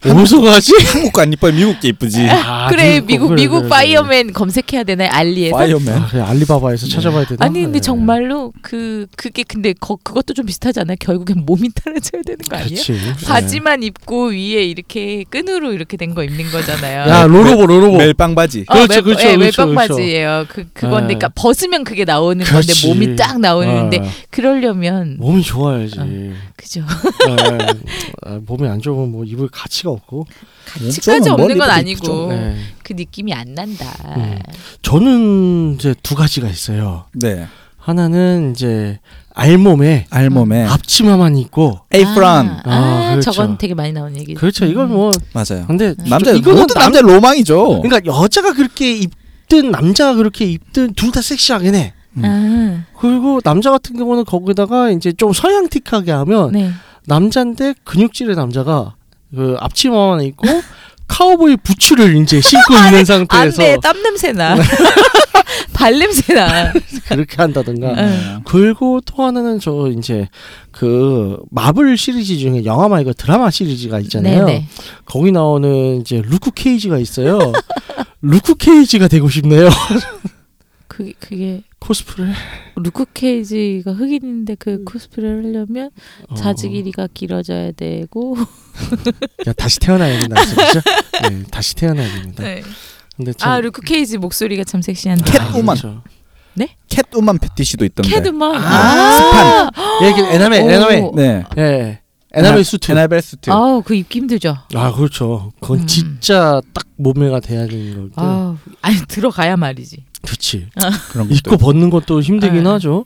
C: 어디서 가지?
D: 한국 안 이뻐 미국 게 이쁘지.
C: 아,
B: 그래
C: 거,
B: 미국 네,
C: 그래,
B: 미국
C: 그래, 그래.
B: 파이어맨 검색해야 되나요? 알리에서?
D: 파이어맨.
C: 아, 그래, 알리바바에서 찾아봐야 되나?
B: 아니 근데
C: 네.
B: 정말로 그 그게 근데 거, 그것도 좀 비슷하지 않아요? 결국엔 몸이 [laughs] 따라줘야 되는 거 아니에요?
C: 그렇지. 네.
B: 바지만 입고 위에 이렇게 끈으로 이렇게 된 거 입는
D: 네.
B: 거잖아요.
C: 야, 로로보 로로보.
D: 멜빵 바지.
B: 어,
C: 그렇죠,
B: 멜-
C: 그렇죠,
B: 예,
C: 그렇죠,
B: 멜빵바지예요. 그 그건
C: 네.
B: 그러니까 벗으면 그게 나오는 건데
C: 그렇지.
B: 몸이 딱 나오는데
C: 아,
B: 그러려면
C: 몸이 좋아야지.
B: 어. 그죠. [laughs]
C: 네. 아, 몸이 안 좋으면 뭐 입을 가치가 없고.
B: 아, 치까지 없는 건 아니고
D: 죠
C: 네.
B: 그 느낌이 안 난다.
C: 음. 저는 이제 두 가지가 있어요.
D: 네.
C: 하나는 이제 알몸에
B: 네.
D: 알몸에
C: 앞치마만 입고.
D: 에이프란.
B: 아,
C: 아, 그렇죠.
B: 저건 되게 많이 음. 나오는 얘기.
C: 그렇죠. 이건 뭐
D: 맞아요.
B: 음.
C: 근데
D: 남자
C: 이거는
D: 모든
C: 남-
D: 남자 로망이죠.
C: 그러니까 여자가 그렇게 입든 남자가 그렇게 입든 둘 다 섹시하긴 해. 음.
B: 아,
C: 그리고 남자 같은 경우는 거기다가 이제 좀 서양틱하게 하면
B: 네.
C: 남자인데 근육질의 남자가 그 앞치마만 입고 [laughs] 카우보이 부츠를 이제 신고 있는 상태에서 네.
B: 안돼 땀 냄새 나. [laughs] 발 냄새 나.
C: 그렇게 한다든가.
D: 네.
B: 응.
C: 그리고 또 하나는 저 이제 그 마블 시리즈 중에 영화 말고 드라마 시리즈가 있잖아요.
B: 네네.
C: 거기 나오는 이제 루크 케이지가 있어요. [laughs] 루크 케이지가 되고 싶네요. [laughs]
B: 그게 그게
C: 코스프레.
B: 루크 케이지가 흑인인데 그 코스프레를 하려면
C: 어.
B: 자지 길이가 길어져야 되고.
C: 그러니까 다시 태어나야 된다는
B: [laughs]
C: 소리죠. 네, 다시 태어나야 됩니다.
B: 네.
C: 근데 참
B: 아 루크 케이지 목소리가 참 섹시한데.
D: 캣우먼.
C: 그렇죠.
D: 캣우먼 패티시도 있던데.
B: 캐드먼.
D: 아,
C: 예, 그 에나멜,
B: 오.
C: 에나멜.
D: 네.
C: 예. 에나멜
D: 에나-
C: 수트.
D: 에나벨
C: 네.
D: 수트.
B: 아우 그 입기 힘들죠.
C: 아, 그렇죠. 그건
B: 음.
C: 진짜 딱 몸매가 돼야 되는 거기 때문에.
B: 아 아니 들어가야 말이지.
C: 그렇지.
D: 그런 것도.
C: 입고 벗는 것도 힘들긴
B: 네.
C: 하죠.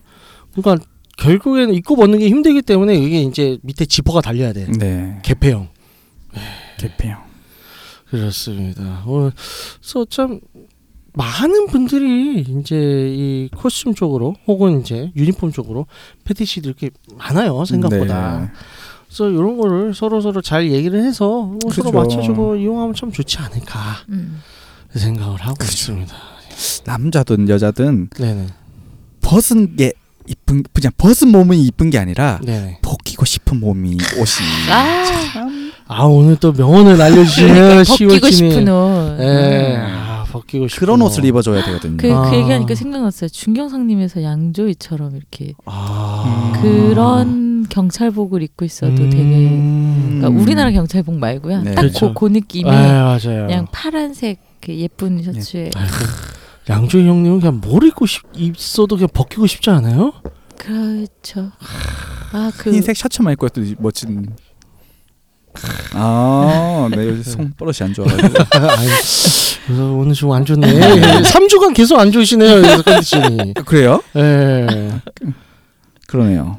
C: 그러니까 결국에는 입고 벗는 게 힘들기 때문에 이게 이제 밑에 지퍼가 달려야 돼.
D: 네.
C: 개폐형.
D: 개패요.
C: 그렇습니다. 어, 그래서 참 많은 분들이 이제 이 코스튬 쪽으로 혹은 이제 유니폼 쪽으로 패티시들이 이렇게 많아요 생각보다.
D: 네.
C: 그래서 이런 거를 서로 서로 잘 얘기를 해서 뭐 서로
D: 그죠.
C: 맞춰주고 이용하면 참 좋지 않을까
B: 음.
C: 생각을 하고
D: 그죠.
C: 있습니다.
D: 남자든 여자든
C: 네네.
D: 벗은 게 이쁜 그냥 벗은 몸이 이쁜 게 아니라
C: 네네.
D: 벗기고 싶은 몸이 옷이.
B: 아
C: 아 오늘 또 명언을 그 알려주시네요.
B: 벗기고
C: 시월진이.
B: 싶은 옷.
C: 예.
D: 음.
C: 아 벗기고 싶은
D: 그런 옷을 입어줘야 되거든요.
B: 그,
C: 아.
B: 그 얘기하니까 생각났어요. 준경상님에서 양조위처럼 이렇게
C: 아.
D: 음.
B: 그런 경찰복을 입고 있어도 되게
C: 음.
B: 그러니까
D: 음.
B: 우리나라 경찰복 말고요.
D: 네.
B: 딱 그
C: 그렇죠.
B: 느낌에
C: 아, 맞아요.
B: 그냥 파란색 그 예쁜 셔츠에
C: 양조희 형님은 그냥 뭘 입고 싶, 입어도 그냥 벗기고 싶지 않아요? [laughs]
B: 그렇죠. 아그
D: 흰색 셔츠만 입고 해도 멋진. 아, 내 요새 손버릇이 안 좋아가지고.
C: [laughs] 아이, 그래서 오늘 좀 안 좋네. 3주간 계속 안 좋으시네요, 그래서 컨디션이.
D: 그래요?
B: [laughs]
C: 예.
D: 그러네요.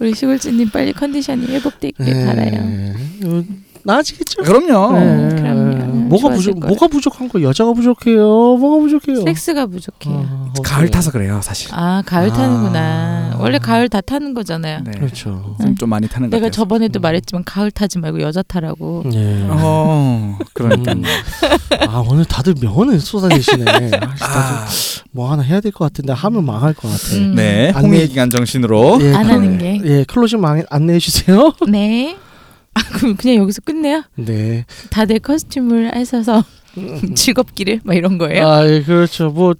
B: 우리 시골주님 빨리 컨디션이 회복되길
C: 예.
B: 바라요.
C: 어, 나아지겠죠?
D: 그럼요.
C: 예.
B: 그럼요.
C: 뭐가
B: 좋아질
C: 부족,
B: 거예요.
C: 뭐가 부족한 거? 여자가 부족해요. 뭐가 부족해요?
B: 섹스가 부족해요.
C: 아,
D: 가을
C: 없어요.
D: 타서 그래요, 사실.
B: 아 가을 타는구나. 원래 가을 다 타는 거잖아요.
D: 네.
C: 그렇죠.
D: 좀, 좀 많이 타는 것
B: 내가
D: 같아요.
B: 저번에도 말했지만 가을 타지 말고 여자 타라고.
C: 예.
D: 어, 그러니까.
C: 음. 아 오늘 다들 명언을
D: [laughs]
C: 쏟아내시네. 아, 진짜
D: 아,
C: 뭐 하나 해야 될 것 같은데 하면 망할 것 같아.
B: 음.
D: 네. 홍해 기간 정신으로.
C: 예,
B: 안
C: 클로-
B: 하는 게.
C: 예, 클로징 망- 안내해 주세요. [laughs]
B: 네. 아, 그럼 그냥 여기서 끝내요?
C: 네.
B: 다들 커스튬을 하셔서 [laughs] 즐겁기를 막 이런 거예요?
C: 아, 예, 그렇죠. 뭐,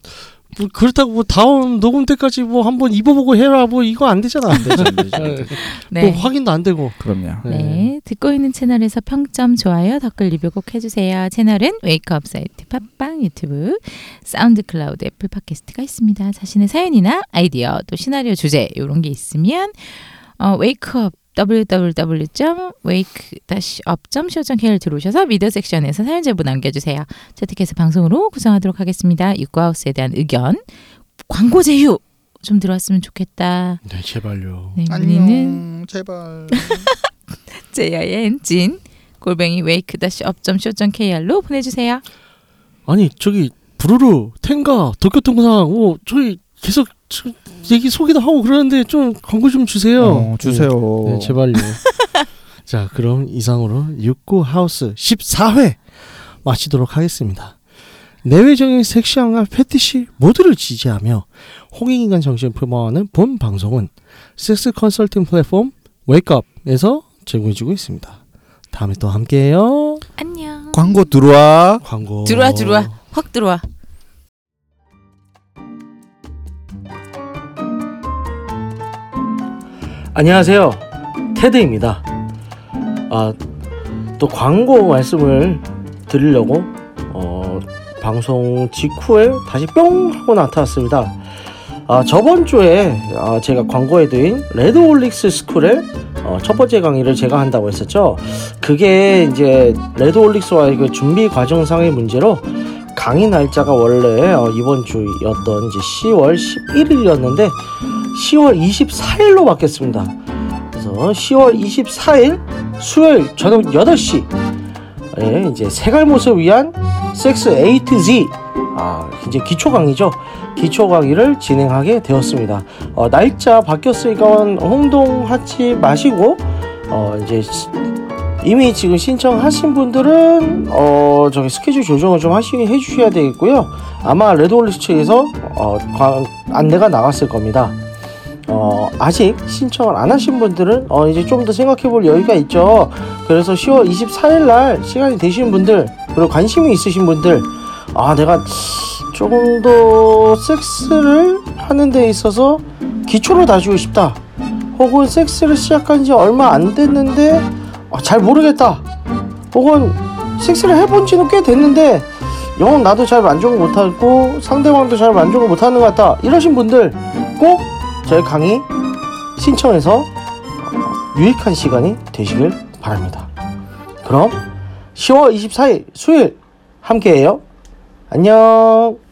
C: 뭐 그렇다고 뭐 다음 녹음 때까지 뭐 한번 입어보고 해라 뭐 이거 안 되잖아.
D: 안 [laughs] 되죠, 안 되죠, 안 되죠.
C: 또
B: 네.
C: 확인도 안 되고.
D: 그럼요.
B: 네. 듣고 있는 채널에서 평점, 좋아요, 댓글 리뷰 꼭 해주세요. 채널은 웨이크업 사이트, 팟빵, 유튜브, 사운드 클라우드, 애플 팟캐스트가 있습니다. 자신의 사연이나 아이디어, 또 시나리오 주제 이런 게 있으면 어, 웨이크업 www.wake-up.co.kr 들어오셔서 미디어 섹션에서 사연 제보 남겨주세요. 채택해서 방송으로 구성하도록 하겠습니다. 육구하우스에 대한 의견, 광고 제휴 좀 들어왔으면 좋겠다.
C: 네, 제발요.
B: 네, 문의는
D: 안녕 제발
B: 제야의 엔진 골뱅이 웨이크 다시 업점 쇼점 KR로 보내주세요.
C: 아니 저기 부르르 텐가 도쿄통상 오 저희 계속 저- 얘기 소개도 하고 그러는데 좀 광고 좀 주세요.
D: 어, 주세요.
C: 네, 네,
D: [laughs]
C: 제발요. 자 그럼 이상으로 육구 하우스 14회 마치도록 하겠습니다. 내외적인 섹시함과 패티시 모두를 지지하며 홍익인간 정신을 표방하는 본 방송은 섹스 컨설팅 플랫폼 웨이크업에서 제공해주고 있습니다. 다음에 또 함께해요.
B: 안녕.
D: 광고 들어와
C: 광고
B: 들어와 들어와 확 들어와.
C: 안녕하세요. 테드입니다. 아, 또 광고 말씀을 드리려고 어, 방송 직후에 다시 뿅 하고 나타났습니다. 아, 저번 주에 아, 제가 광고해드린 레드올릭스 스쿨의 어, 첫 번째 강의를 제가 한다고 했었죠. 그게 이제 레드올릭스와의 그 준비 과정상의 문제로 강의 날짜가 원래 어, 이번 주였던 이제 10월 11일이었는데 10월 24일로 바뀌었습니다. 그래서 10월 24일 수요일 저녁 8시 예, 이제 세갈못을 위한 섹스 A to Z 아, 이제 기초 강의죠. 기초 강의를 진행하게 되었습니다. 어, 날짜 바뀌었으니까 혼동하지 마시고 어, 이제 시- 이미 지금 신청하신 분들은 어, 저기 스케줄 조정을 좀 하시 해 주셔야 되겠고요. 아마 레드올리스 측에서 어, 관- 안내가 나갔을 겁니다. 어, 아직 신청을 안 하신 분들은 어, 이제 좀 더 생각해 볼 여유가 있죠. 그래서 10월 24일 날 시간이 되신 분들, 그리고 관심이 있으신 분들, 아, 내가 조금 더 섹스를 하는 데 있어서 기초를 다지고 싶다. 혹은 섹스를 시작한 지 얼마 안 됐는데 아, 잘 모르겠다. 혹은 섹스를 해본 지는 꽤 됐는데 영 나도 잘 만족을 못하고 상대방도 잘 만족을 못하는 것 같다. 이러신 분들 꼭 저희 강의 신청해서 유익한 시간이 되시길 바랍니다. 그럼 10월 24일 수요일 함께해요. 안녕.